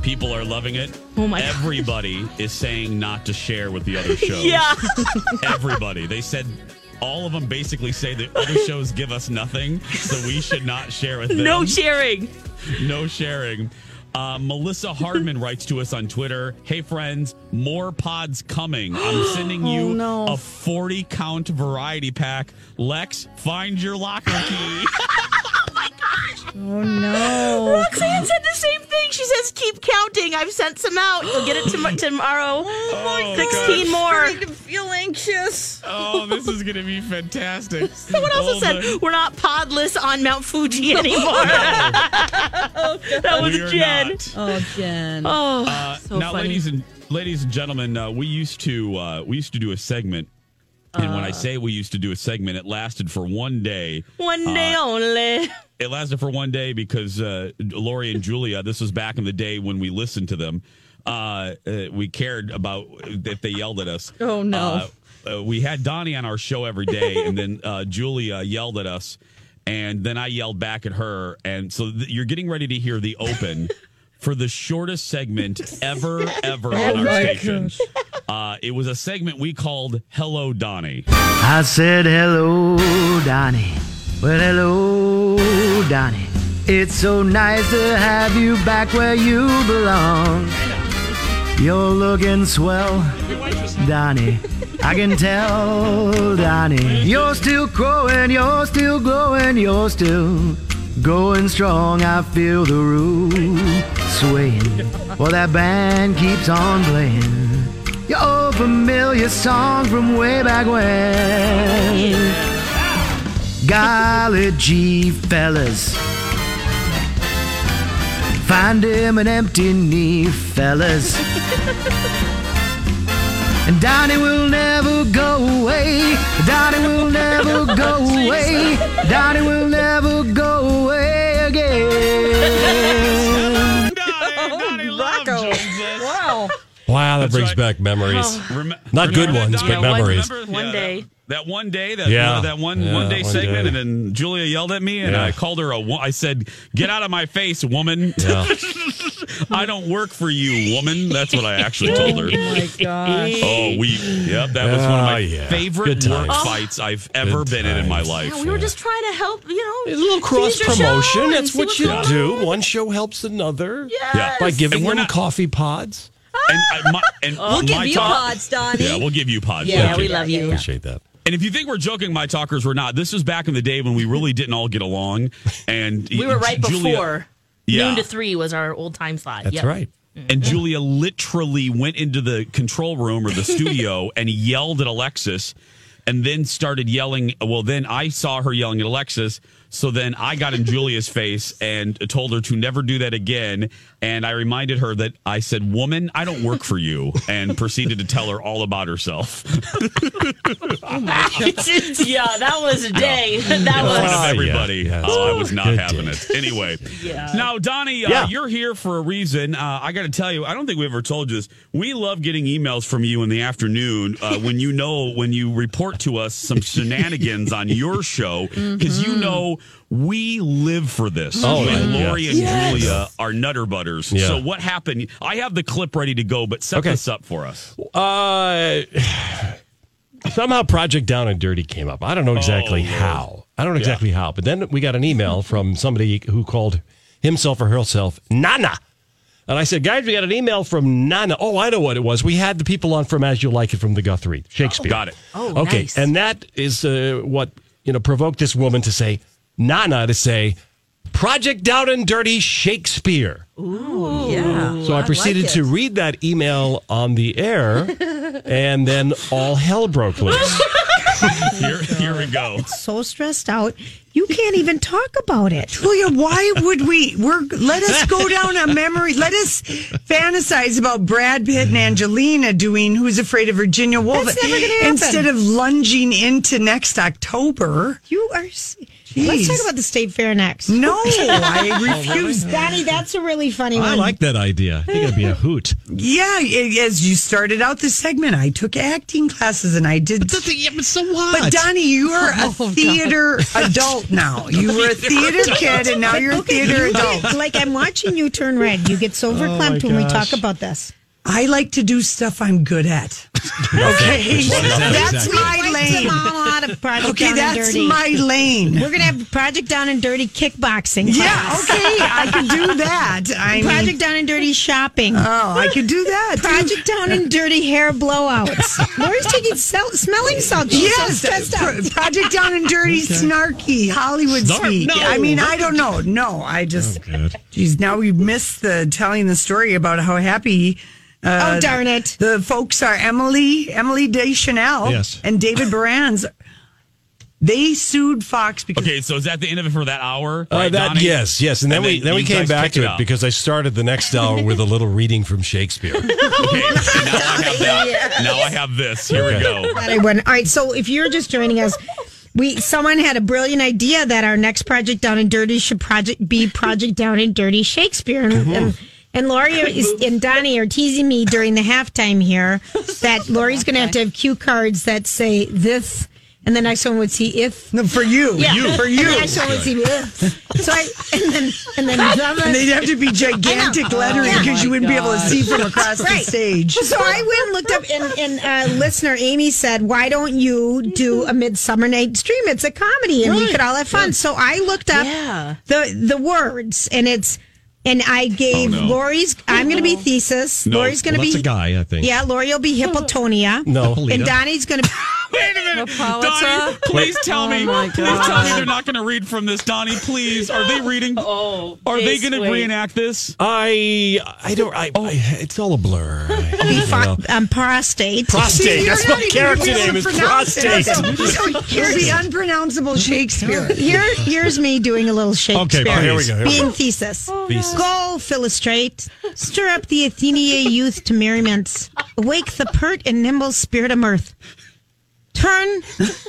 Speaker 6: People are loving it.
Speaker 4: Oh my gosh.
Speaker 6: Everybody is saying not to share with the other shows.
Speaker 4: Yeah.
Speaker 6: Everybody. They said all of them basically say that other shows give us nothing, so we should not share with them.
Speaker 4: No sharing.
Speaker 6: no sharing. Uh, Melissa Hardman writes to us on Twitter Hey, friends, more pods coming. I'm sending you
Speaker 5: Oh, no.
Speaker 6: a 40 count variety pack. Lex, find your locker key.
Speaker 5: Oh no.
Speaker 4: Roxanne said the same thing. She says, "Keep counting. I've sent some out. You'll get it tom- tomorrow.
Speaker 15: Oh
Speaker 6: my
Speaker 4: Sixteen more."
Speaker 5: to feel anxious.
Speaker 6: oh, this is going to be fantastic.
Speaker 4: Someone also
Speaker 6: Oh,
Speaker 4: said,
Speaker 6: my-
Speaker 4: "We're not podless on Mount Fuji anymore." that was
Speaker 6: We are
Speaker 4: Jen.
Speaker 6: not.
Speaker 5: Oh, Jen.
Speaker 4: Oh,
Speaker 6: Uh,
Speaker 4: so
Speaker 6: now,
Speaker 4: funny.
Speaker 6: ladies and ladies and gentlemen, uh, we used to uh, we used to do a segment, and when I
Speaker 4: Uh.
Speaker 6: say we used to do a segment, it lasted for one day.
Speaker 4: One
Speaker 15: Uh,
Speaker 4: day only.
Speaker 6: It lasted for one day because uh, Lori and Julia. This was back in the day when we listened to them. Uh, uh, we cared about if they yelled at us.
Speaker 5: Oh, no.
Speaker 6: Uh, uh, we had Donnie on our show every day, and then uh, Julia yelled at us, and then I yelled back at her, and so th- you're getting ready to hear the open. For the shortest segment ever, ever
Speaker 5: Oh,
Speaker 6: on our station. Uh, it was a segment we called Hello Donnie.
Speaker 17: I said, hello, Donnie. Well, hello, Donnie. It's so nice to have you back where you belong. You're looking swell, Donnie. I can tell, Donnie. You're still growing, you're still glowing, you're still going strong. I feel the room swaying while that band keeps on playing. Your old familiar song from way back when. Golly gee, fellas. Find him an empty knee, fellas. And Donnie will never go away. Donnie will never go away. Donnie will never go away again.
Speaker 5: Rocco. Wow.
Speaker 14: Wow, that brings
Speaker 6: right.
Speaker 14: back memories.
Speaker 6: Rem-
Speaker 14: Not good
Speaker 6: remember that,
Speaker 14: ones,
Speaker 6: Donna?
Speaker 14: but memories.
Speaker 4: One day.
Speaker 6: That one day, that
Speaker 14: Yeah.
Speaker 6: that one
Speaker 14: Yeah,
Speaker 6: one day
Speaker 14: one
Speaker 6: segment,
Speaker 14: day.
Speaker 6: and then Julia yelled at me, and
Speaker 14: Yeah.
Speaker 6: I called her a. wo- I said, "Get out of my face, woman!
Speaker 14: Yeah.
Speaker 6: I don't work for you, woman." That's what I actually told her.
Speaker 5: Oh my gosh.
Speaker 6: Oh, we. Yep, that was one of my
Speaker 14: Ah, yeah.
Speaker 6: favorite
Speaker 14: Good
Speaker 6: work
Speaker 14: times.
Speaker 6: fights I've ever been in in my life.
Speaker 4: Yeah, we were just trying to help, you know.
Speaker 14: A little cross
Speaker 4: feed your show
Speaker 14: promotion.
Speaker 4: and
Speaker 14: That's
Speaker 4: see
Speaker 14: what
Speaker 4: what's
Speaker 14: you
Speaker 4: going
Speaker 14: do.
Speaker 4: on.
Speaker 14: One show helps another.
Speaker 6: Yeah.
Speaker 14: By giving
Speaker 6: And we're
Speaker 14: them
Speaker 6: not-
Speaker 14: coffee pods.
Speaker 6: And, I, my, and
Speaker 5: We'll give
Speaker 6: my
Speaker 5: you
Speaker 6: talk-
Speaker 5: pods, Donnie.
Speaker 6: Yeah, we'll give you pods.
Speaker 4: Yeah,
Speaker 6: Thank
Speaker 4: we
Speaker 6: you.
Speaker 4: love you.
Speaker 14: Appreciate that.
Speaker 6: And if you think we're joking, my talkers, we're not. This was back in the day when we really didn't all get along, and
Speaker 4: We were right
Speaker 6: Julia-
Speaker 4: before.
Speaker 6: Yeah.
Speaker 4: Noon to three was our old time slot.
Speaker 14: That's
Speaker 4: Yep.
Speaker 14: right.
Speaker 6: And Julia literally went into the control room or the studio and yelled at Alexis and then started yelling. Well, then I saw her yelling at Alexis. So then I got in Julia's face and told her to never do that again. And I reminded her that I said, Woman, I don't work for you, and proceeded to tell her all about herself.
Speaker 4: yeah, that was a day. That
Speaker 6: In front
Speaker 4: was.
Speaker 6: of
Speaker 14: Ah, yeah,
Speaker 6: everybody.
Speaker 14: yeah.
Speaker 6: Oh, I was not
Speaker 14: Good
Speaker 6: having
Speaker 14: day.
Speaker 6: it. Anyway. Now, Donnie, uh,
Speaker 14: Yeah.
Speaker 6: you're here for a reason. Uh, I got to tell you, I don't think we ever told you this. We love getting emails from you in the afternoon uh, when you know, when you report to us some shenanigans on your show, because you know we live for this.
Speaker 14: Mm-hmm. Oh,
Speaker 6: You and
Speaker 14: yeah.
Speaker 6: Lori and
Speaker 14: Yes.
Speaker 6: Julia are nutter butters.
Speaker 14: Yeah.
Speaker 6: So, what happened? I have the clip ready to go, but set
Speaker 14: Okay.
Speaker 6: this up for us.
Speaker 14: Uh, somehow Project Down and Dirty came up. I don't know exactly
Speaker 6: Lord.
Speaker 14: how. I don't know exactly how. But then we got an email from somebody who called himself or herself Nana. And I said, guys, we got an email from Nana. Oh, I know what it was. We had the people on from As You Like It from the Guthrie, Shakespeare.
Speaker 6: Got it.
Speaker 4: Oh,
Speaker 14: okay.
Speaker 4: nice.
Speaker 14: And that is uh, what, you know, provoked this woman to say, Nana, to say, Project Down and Dirty Shakespeare.
Speaker 5: Yeah.
Speaker 14: So I proceeded to read that email on the air, and then all hell broke loose.
Speaker 6: Here, here we go.
Speaker 19: so stressed out. You can't even talk about it.
Speaker 20: Julia, why would we? We're let us go down a memory. Let us fantasize about Brad Pitt and Angelina doing "Who's Afraid of Virginia Woolf"
Speaker 19: That's never gonna happen.
Speaker 20: instead of lunging into next October.
Speaker 19: You are. s- Let's talk about the state fair next.
Speaker 20: No, I refuse.
Speaker 19: Donnie, that's a really funny
Speaker 14: I
Speaker 19: one.
Speaker 14: like that idea. You're gonna be a hoot.
Speaker 20: Yeah, i- as you started out this segment, I took acting classes and I did. But,
Speaker 14: so
Speaker 20: But Donnie, you are a
Speaker 19: Oh, God.
Speaker 20: theater adult now. You were a theater kid, and now you're a
Speaker 19: Okay,
Speaker 20: theater
Speaker 19: you
Speaker 20: adult. Oh,
Speaker 19: get- like I'm watching you turn red. You get so overclamped when we
Speaker 20: gosh.
Speaker 19: talk about this.
Speaker 20: I like to do stuff I'm good at. Okay, that's my lane. Okay, that's my lane.
Speaker 19: We're gonna have Project Down and Dirty kickboxing.
Speaker 20: Yeah,
Speaker 19: class.
Speaker 20: okay, I could do that. I mean-
Speaker 19: Project Down and Dirty shopping.
Speaker 20: Oh, I could do that. too.
Speaker 19: Project Down and Dirty hair blowouts. Lori's taking sel- smelling salts. She's so
Speaker 20: Yes,
Speaker 19: stressed
Speaker 20: Pro-
Speaker 19: out.
Speaker 20: Project Down and Dirty, snarky Hollywood
Speaker 14: Snark-
Speaker 20: speak.
Speaker 14: no.
Speaker 20: I mean, I don't know. No, I just.
Speaker 19: Oh,
Speaker 20: Geez, now we missed the telling the story about how happy. Uh,
Speaker 19: Oh, darn it.
Speaker 20: The folks are Emily, Emily Deschanel,
Speaker 6: Yes.
Speaker 20: and David Barans. They sued Fox because
Speaker 6: Okay, so is that the end of it for that hour?
Speaker 14: Uh,
Speaker 6: Right,
Speaker 14: that
Speaker 6: Donnie?
Speaker 14: yes, yes, and then we
Speaker 6: then
Speaker 14: then we
Speaker 6: you
Speaker 14: came
Speaker 6: guys
Speaker 14: back
Speaker 6: picked it
Speaker 14: to it
Speaker 6: up.
Speaker 14: because I started the next hour with a little reading from Shakespeare.
Speaker 6: now I have this. Here we go.
Speaker 19: Glad I wouldn't. All right, so if you're just joining us, we someone had a brilliant idea that our next project down and dirty should project be project down and dirty Shakespeare and.
Speaker 20: Mm-hmm.
Speaker 19: and and Lori is, and Donnie are teasing me during the halftime here that Lori's going to have to have cue cards that say this, and the next one would see if.
Speaker 20: No, for you, you, for you.
Speaker 19: And the next one would see if. So I, and then, and then.
Speaker 20: And they'd have to be gigantic
Speaker 19: I know.
Speaker 20: lettering
Speaker 19: Yeah.
Speaker 20: because you wouldn't be able to see from across the
Speaker 19: Oh Right.
Speaker 20: stage.
Speaker 19: So I went and looked up, and, and uh, listener Amy said, "Why don't you do a Midsummer Night's Dream? It's a comedy, and we could all have fun." So I looked up the the words, and it's and I gave
Speaker 14: Oh, no.
Speaker 19: Lori's. I'm going to be thesis.
Speaker 14: No,
Speaker 19: Lori's going to
Speaker 14: well,
Speaker 19: be
Speaker 14: that's a guy, I think.
Speaker 19: Yeah, Lori will be Hippotonia.
Speaker 14: No.
Speaker 19: and Donnie's going to.
Speaker 6: Wait a minute. Donnie, please tell
Speaker 20: Oh
Speaker 6: me. Please tell me they're not going to read from this. Donnie, please. Are they reading? Oh, are they
Speaker 14: please
Speaker 6: going to
Speaker 14: wait.
Speaker 6: reenact this?
Speaker 14: I I don't I, I it's all a blur. I
Speaker 19: Be
Speaker 14: don't
Speaker 19: fi-
Speaker 14: know.
Speaker 19: um, prostate.
Speaker 14: Prostate,
Speaker 19: You're
Speaker 14: that's
Speaker 19: not
Speaker 14: my
Speaker 19: even
Speaker 14: character
Speaker 19: gonna be able
Speaker 14: name
Speaker 19: to
Speaker 14: is
Speaker 19: pronounce it.
Speaker 14: prostate.
Speaker 19: So
Speaker 20: Here's
Speaker 19: here's
Speaker 20: the unpronounceable Shakespeare.
Speaker 19: Here, here's me doing a little Shakespeare.
Speaker 14: Okay, here we go, here we
Speaker 19: Being
Speaker 14: go.
Speaker 19: thesis.
Speaker 14: Thesis.
Speaker 19: Go, Philostrate. Stir up the Athenia youth to merriment. Awake the pert and nimble spirit of mirth. Turn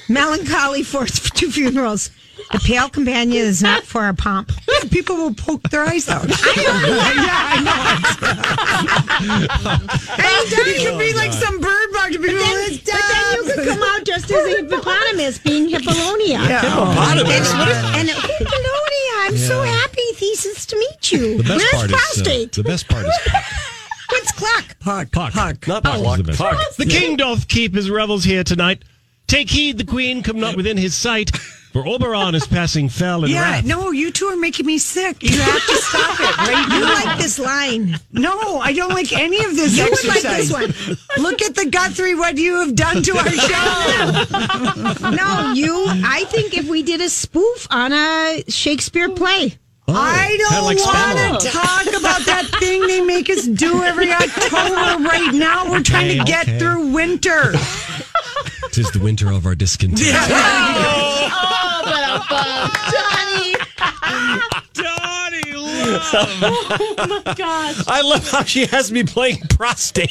Speaker 19: melancholy forth to funerals. The pale companion is not for our pomp.
Speaker 20: Yeah, people will poke their eyes out.
Speaker 19: Hey, Donnie,
Speaker 20: You could be like some bird box. People,
Speaker 19: But then,
Speaker 20: "It's
Speaker 19: but then you could
Speaker 20: dumb."
Speaker 19: come out just as a hippopotamus, being Hippolonia.
Speaker 14: Yeah. Hippopotamus.
Speaker 19: And, and Hippolonia, I'm so happy, thesis, to meet you.
Speaker 14: The best
Speaker 19: Where's
Speaker 14: part is uh,
Speaker 19: prostate?
Speaker 14: the best part is puck.
Speaker 19: What's clock?
Speaker 20: Puck, puck,
Speaker 14: Not puck is the best part.
Speaker 21: The king doth keep his revels here tonight. Take heed the queen come not within his sight, for Oberon is passing fell and
Speaker 20: Yeah,
Speaker 21: wrath.
Speaker 20: no, you two are making me sick. You have to stop it right
Speaker 19: You
Speaker 20: now.
Speaker 19: like this line.
Speaker 20: No, I don't like any of this
Speaker 19: You would like
Speaker 20: exercise.
Speaker 19: this one.
Speaker 20: Look at the Guthrie, what you have done to our show.
Speaker 19: No, you. I think if we did a spoof on a Shakespeare play.
Speaker 14: Oh,
Speaker 20: I
Speaker 21: kinda
Speaker 20: don't
Speaker 21: like
Speaker 20: want to talk about that thing they make us do every October right now. We're trying to
Speaker 14: Okay,
Speaker 20: get
Speaker 14: okay.
Speaker 20: through winter.
Speaker 14: Tis the winter of our discontent.
Speaker 6: Donnie Love.
Speaker 14: I love how she has me playing prostate.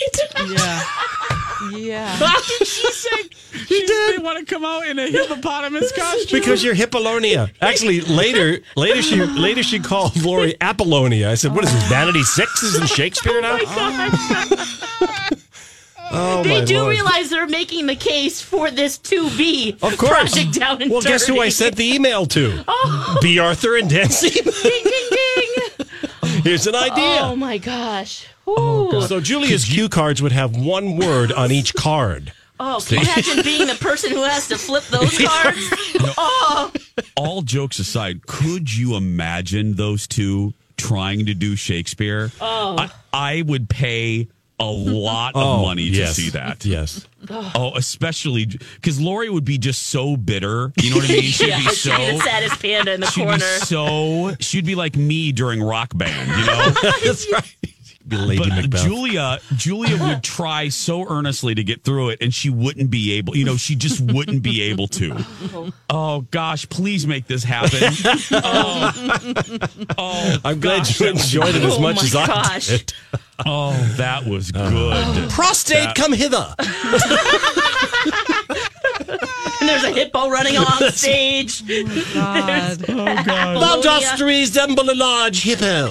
Speaker 15: Yeah.
Speaker 6: she said she did. They want to come out in a hippopotamus costume.
Speaker 14: Because you're Hippolonia. Actually, later, later she, later she called Lori Apollonia. I said, "What is this? Vanity Six is in Shakespeare now." Oh,
Speaker 22: they
Speaker 14: my
Speaker 22: do
Speaker 14: Lord.
Speaker 22: realize they're making the case for this to be
Speaker 14: Of course.
Speaker 22: Project Down and
Speaker 14: well, guess who I
Speaker 22: Dirty.
Speaker 14: sent the email to?
Speaker 22: Oh.
Speaker 14: B. Arthur and Dancy.
Speaker 22: ding ding ding!
Speaker 14: Here's an
Speaker 22: Oh
Speaker 14: idea. Oh,
Speaker 22: my gosh!
Speaker 14: so Julia's cue cards would have one word on each card.
Speaker 22: Oh, can you imagine being the person who has to flip those cards? Oh,
Speaker 6: All jokes aside, could you imagine those two trying to do Shakespeare?
Speaker 22: Oh.
Speaker 6: I, I would pay a lot of
Speaker 14: Oh,
Speaker 6: money
Speaker 14: yes.
Speaker 6: to see that.
Speaker 14: Yes.
Speaker 6: Oh, especially because Lori would be just so bitter. You know what I mean? She'd
Speaker 22: yeah,
Speaker 6: be so.
Speaker 22: she'd be the saddest panda in the
Speaker 6: she'd
Speaker 22: corner.
Speaker 6: be so. She'd be like me during rock band. You know,
Speaker 14: That's right. be Lady
Speaker 6: but uh,
Speaker 14: Macbeth.
Speaker 6: Julia, Julia would try so earnestly to get through it, and she wouldn't be able. You know, she just wouldn't be able to. Oh gosh, please make this happen. Oh.
Speaker 14: I'm glad you enjoyed it as much as I did. Uh-huh.
Speaker 6: Oh, that was good.
Speaker 14: Prostate,
Speaker 6: That-
Speaker 14: come hither.
Speaker 12: And there's a hippo running on stage.
Speaker 5: God.
Speaker 12: oh,
Speaker 14: Thou dost resemble a large hippo.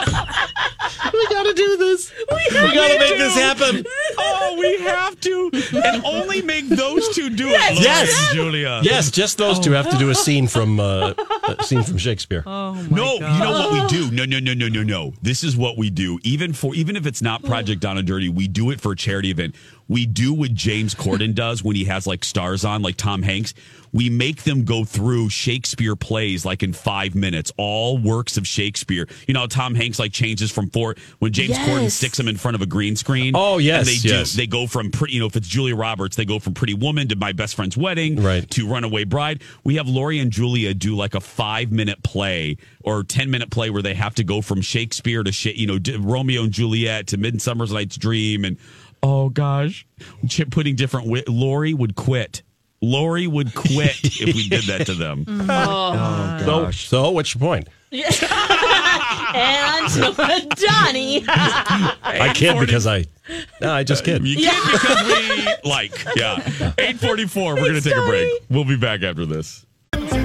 Speaker 14: we gotta do this. We, gotta make this happen.
Speaker 6: Oh, we have to, and only make those two do it. Lauren
Speaker 14: Yes.
Speaker 6: and Julia.
Speaker 14: Yes, just those two have to do a scene from uh, a scene from Shakespeare.
Speaker 6: no, you know what we do? No, no, no, no, no, no. This is what we do. Even for even if it's not Project Donna Dirty, we do it for a charity event. We do what James Corden does when he has like stars on, like Tom Hanks. We make them go through Shakespeare plays like in five minutes, all works of Shakespeare. You know, how Tom Hanks like changes from four when James Corden
Speaker 14: Yes.
Speaker 6: sticks him in front of a green screen.
Speaker 14: Oh, yes,
Speaker 6: and they do-
Speaker 14: yes.
Speaker 6: they go from pretty. You know, if it's Julia Roberts, they go from Pretty Woman to My Best Friend's Wedding, right. To Runaway Bride. We have Laurie and Julia do like a five minute play or ten minute play where they have to go from Shakespeare to Sha- you know d- Romeo and Juliet to Midsummer Night's Dream and oh gosh, ch- putting different. Wi- Laurie would quit. Laurie would quit if we did that to them.
Speaker 12: Oh.
Speaker 14: So, so what's your point?
Speaker 12: and Donnie.
Speaker 14: I kid because I. No, I just kid.
Speaker 6: Uh, You can't because we like. Yeah. 844, we're going to take a break. We'll be back after this.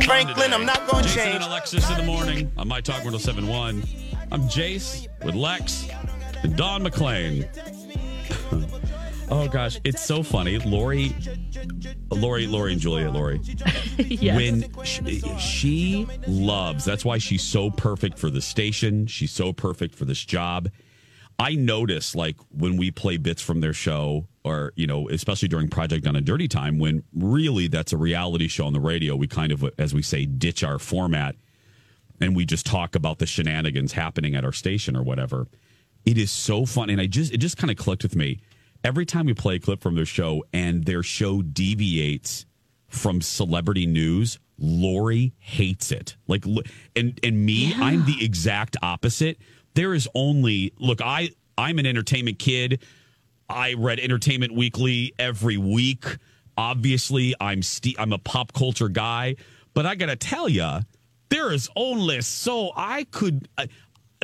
Speaker 17: Franklin, I'm not going to
Speaker 6: Jason
Speaker 17: change.
Speaker 6: and Alexis in the morning on My Talk 1071. I'm Jace with Lex and Don McClain. oh gosh, it's so funny. Lori, Lori, Lori and Julia, Lori.
Speaker 4: Yes.
Speaker 6: When she, she loves, that's why she's so perfect for the station. She's so perfect for this job. I notice, like, when we play bits from their show, or, you know, especially during Project on a Dirty Time, when really that's a reality show on the radio, we kind of, as we say, ditch our format and we just talk about the shenanigans happening at our station or whatever. It is so fun, and I just it just kind of clicked with me every time we play a clip from their show, and their show deviates from celebrity news. Lori hates it. Like, lo- and and me, I'm the exact opposite. There is only look, I I'm an entertainment kid. I read Entertainment Weekly every week. Obviously, I'm st- I'm a pop culture guy, but I gotta tell ya, there is only so I could. I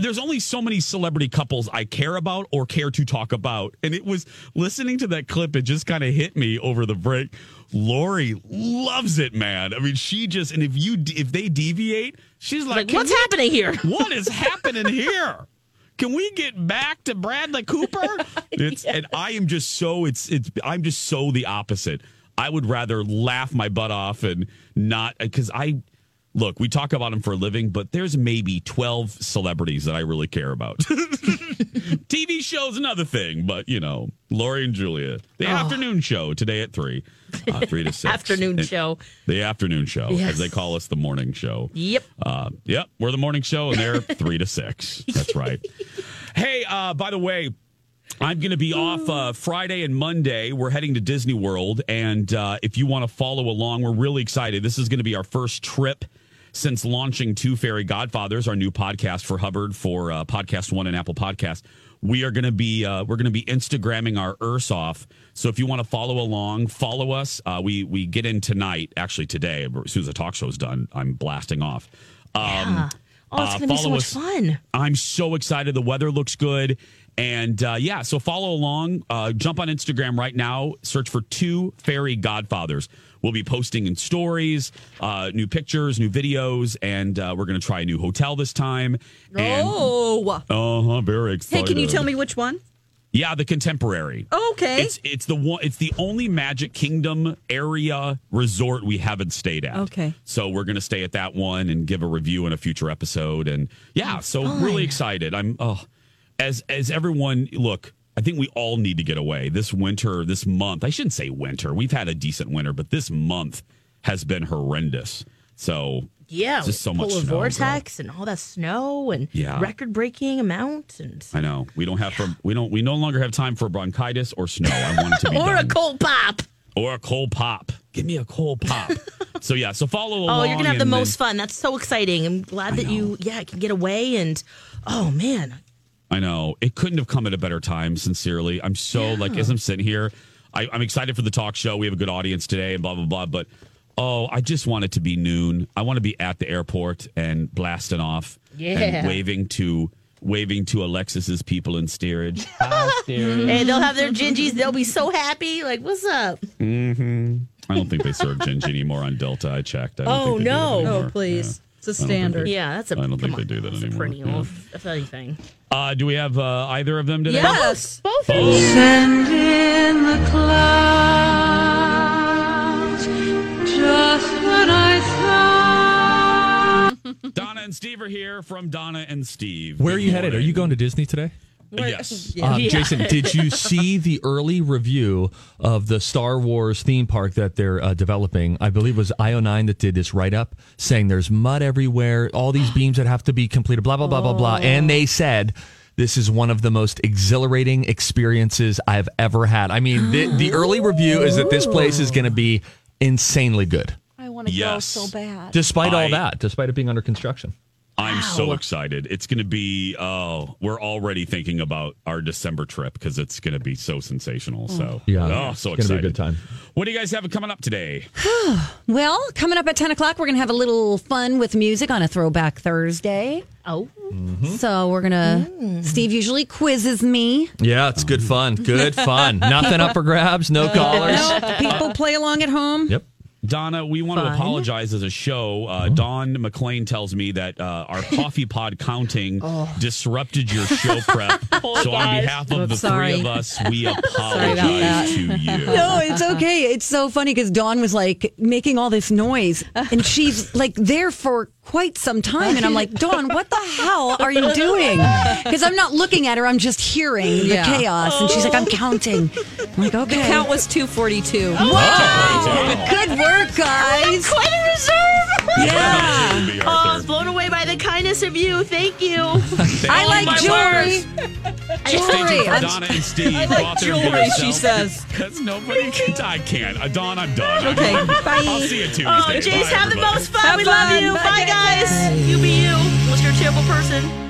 Speaker 6: there's only so many celebrity couples I care about or care to talk about, and it was listening to that clip. It just kind of hit me over the break. Lori loves it, man. I mean, she just and if you de- if they deviate, she's like,
Speaker 4: Like,
Speaker 6: "Can
Speaker 4: what's
Speaker 6: we-
Speaker 4: happening here?"
Speaker 6: What is happening here? Can we get back to Bradley Cooper? It's and I am just so it's it's I'm just so the opposite. I would rather laugh my butt off and not because I look we talk about them for a living, but there's maybe twelve celebrities that I really care about. TV show's another thing, but you know Lori and Julia, the
Speaker 12: Oh.
Speaker 6: afternoon show today at three, uh, three to six
Speaker 12: Afternoon
Speaker 6: And-
Speaker 12: show.
Speaker 6: the afternoon show
Speaker 12: Yes.
Speaker 6: as they call us the morning show.
Speaker 12: Yep.
Speaker 6: Uh, yep, we're the morning show, and they're three to six. That's right. Hey, uh, by the way, I'm going to be off uh, Friday and Monday. We're heading to Disney World, and uh, if you want to follow along, we're really excited. This is going to be our first trip since launching Two Fairy Godfathers, our new podcast for Hubbard for uh, Podcast One and Apple Podcasts. We are going to be uh, we're going to be Instagramming our Earths off. So if you want to follow along, follow us. Uh, we we get in tonight, actually today. As soon as the talk show's done, I'm blasting off. Um,
Speaker 4: Oh, it's
Speaker 6: uh,
Speaker 4: gonna be so
Speaker 6: follow
Speaker 4: much
Speaker 6: us.
Speaker 4: fun.
Speaker 6: I'm so excited. The weather looks good. And uh, yeah, so follow along. Uh, jump on Instagram right now. Search for Two Fairy Godfathers. We'll be posting in stories, uh, new pictures, new videos, and uh, we're going to try a new hotel this time.
Speaker 5: Oh.
Speaker 6: Uh huh. Very
Speaker 5: Hey,
Speaker 6: excited.
Speaker 5: can you tell me which one?
Speaker 6: Yeah, the contemporary.
Speaker 5: Okay.
Speaker 6: It's it's the one. It's the only Magic Kingdom area resort we haven't stayed at.
Speaker 5: Okay.
Speaker 6: So we're gonna stay at that one and give a review in a future episode. And yeah, so really excited. I'm oh, as as everyone look. I think we all need to get away this winter, this month. I shouldn't say winter. We've had a decent winter, but this month has been horrendous. So
Speaker 4: Yeah,
Speaker 6: just so
Speaker 4: with
Speaker 6: much
Speaker 4: polar
Speaker 6: snow, girl.
Speaker 4: vortex and all that snow and
Speaker 6: Yeah.
Speaker 4: record-breaking amount and
Speaker 6: I know we don't have for, we don't we no longer have time for bronchitis or snow. I want it to be
Speaker 4: or a
Speaker 6: done.
Speaker 4: cold pop.
Speaker 6: or a cold pop. Give me a cold pop. so yeah, so follow along.
Speaker 4: Oh, you're gonna have the
Speaker 6: and
Speaker 4: most
Speaker 6: then-
Speaker 4: fun. That's so exciting. I'm glad that you yeah can get away and oh man.
Speaker 6: I know it couldn't have come at a better time. Sincerely, I'm so like as I'm sitting here, I, I'm excited for the talk show. We have a good audience today, and blah blah blah. But oh, I just want it to be noon. I want to be at the airport and blasting off,
Speaker 4: Yeah.
Speaker 6: and waving to waving to Alexis's people in steerage. Mm-hmm.
Speaker 4: And they'll have their gingies. They'll be so happy. Like, what's up?
Speaker 6: hmm I don't think they serve Gingy anymore on Delta. I checked. I don't
Speaker 4: Oh
Speaker 6: think they do that
Speaker 4: no!
Speaker 6: anymore.
Speaker 4: please,
Speaker 20: it's a
Speaker 6: I don't think standard. they-
Speaker 4: yeah, that's a.
Speaker 6: I don't
Speaker 4: come
Speaker 6: think they do that
Speaker 4: that's a
Speaker 6: anymore,
Speaker 4: perennial,
Speaker 6: yeah.
Speaker 4: if- if anything.
Speaker 6: Uh, do we have uh, either of them today?
Speaker 4: Yes.
Speaker 12: Both
Speaker 6: of you.
Speaker 12: Send in the clouds just when I thought.
Speaker 6: Donna and Steve are here from Donna and Steve.
Speaker 22: Where are
Speaker 6: Good
Speaker 22: you headed? Are
Speaker 6: morning.
Speaker 22: you going to Disney today?
Speaker 6: Yes.
Speaker 22: Um, Jason, did you see the early review of the Star Wars theme park that they're uh, developing? I believe it was IO9 that did this write up saying there's mud everywhere, all these beams that have to be completed, blah, blah, blah, blah, blah. And
Speaker 6: Oh.
Speaker 22: they said, this is one of the most exhilarating experiences I've ever had. I mean, the, the early review is that this place is going to be insanely good,
Speaker 6: I want to go so bad.
Speaker 22: despite all that, despite it being under construction.
Speaker 6: I'm so excited. It's going to be, oh, we're already thinking about our December trip because it's going to be so sensational. So,
Speaker 22: Yeah.
Speaker 6: oh, so
Speaker 22: It's gonna
Speaker 6: excited.
Speaker 22: be a good time.
Speaker 6: What do you guys have coming up today?
Speaker 2: Well, coming up at 10 o'clock, we're going to have a little fun with music on a Throwback Thursday.
Speaker 4: Oh.
Speaker 6: Hmm?
Speaker 2: So we're going to,
Speaker 20: Hmm.
Speaker 2: Steve usually quizzes me.
Speaker 22: Yeah, it's good fun. Good fun. Nothing up for grabs, no callers.
Speaker 2: No, people play along at home.
Speaker 22: Yep.
Speaker 6: Donna, we want
Speaker 2: Fun.
Speaker 6: to apologize as a show. Uh, Don McLean tells me that uh, our coffee pod counting disrupted your show prep.
Speaker 2: Oh,
Speaker 6: so, on
Speaker 2: guys.
Speaker 6: behalf
Speaker 2: I'm
Speaker 6: of the
Speaker 2: sorry.
Speaker 6: three of us, we
Speaker 2: Sorry about that.
Speaker 6: apologize to you.
Speaker 2: No, it's okay. It's so funny because Dawn was like making all this noise and she's like there for quite some time. And I'm like, Dawn, what the hell are you doing? Because I'm not looking at her, I'm just hearing the
Speaker 20: Yeah.
Speaker 2: chaos. And she's like, I'm counting. I'm like, okay.
Speaker 20: The count was 242.
Speaker 6: Oh,
Speaker 2: Wow. Oh, Good work, guys.
Speaker 4: Quite a reserve.
Speaker 2: Yeah.
Speaker 4: Oh, I was blown away by the kindness of you. Thank you. I
Speaker 2: like jewelry.
Speaker 6: Thank you
Speaker 2: Jewelry.
Speaker 6: for
Speaker 2: I'm-
Speaker 6: Donna and Steve.
Speaker 2: I like
Speaker 6: Go out there and be
Speaker 2: jewelry,
Speaker 6: yourself.
Speaker 2: she says.
Speaker 6: Because nobody can. I can't. Uh, Don, I'm done.
Speaker 2: Okay,
Speaker 6: I'm,
Speaker 2: bye.
Speaker 6: I'll see you Tuesday.
Speaker 4: Oh, Jace,
Speaker 6: Bye,
Speaker 4: have the
Speaker 6: everybody.
Speaker 4: most fun.
Speaker 2: Have
Speaker 4: we love
Speaker 2: fun.
Speaker 4: you.
Speaker 2: Bye,
Speaker 4: Bye, guys. You be you. Unless you're a terrible person.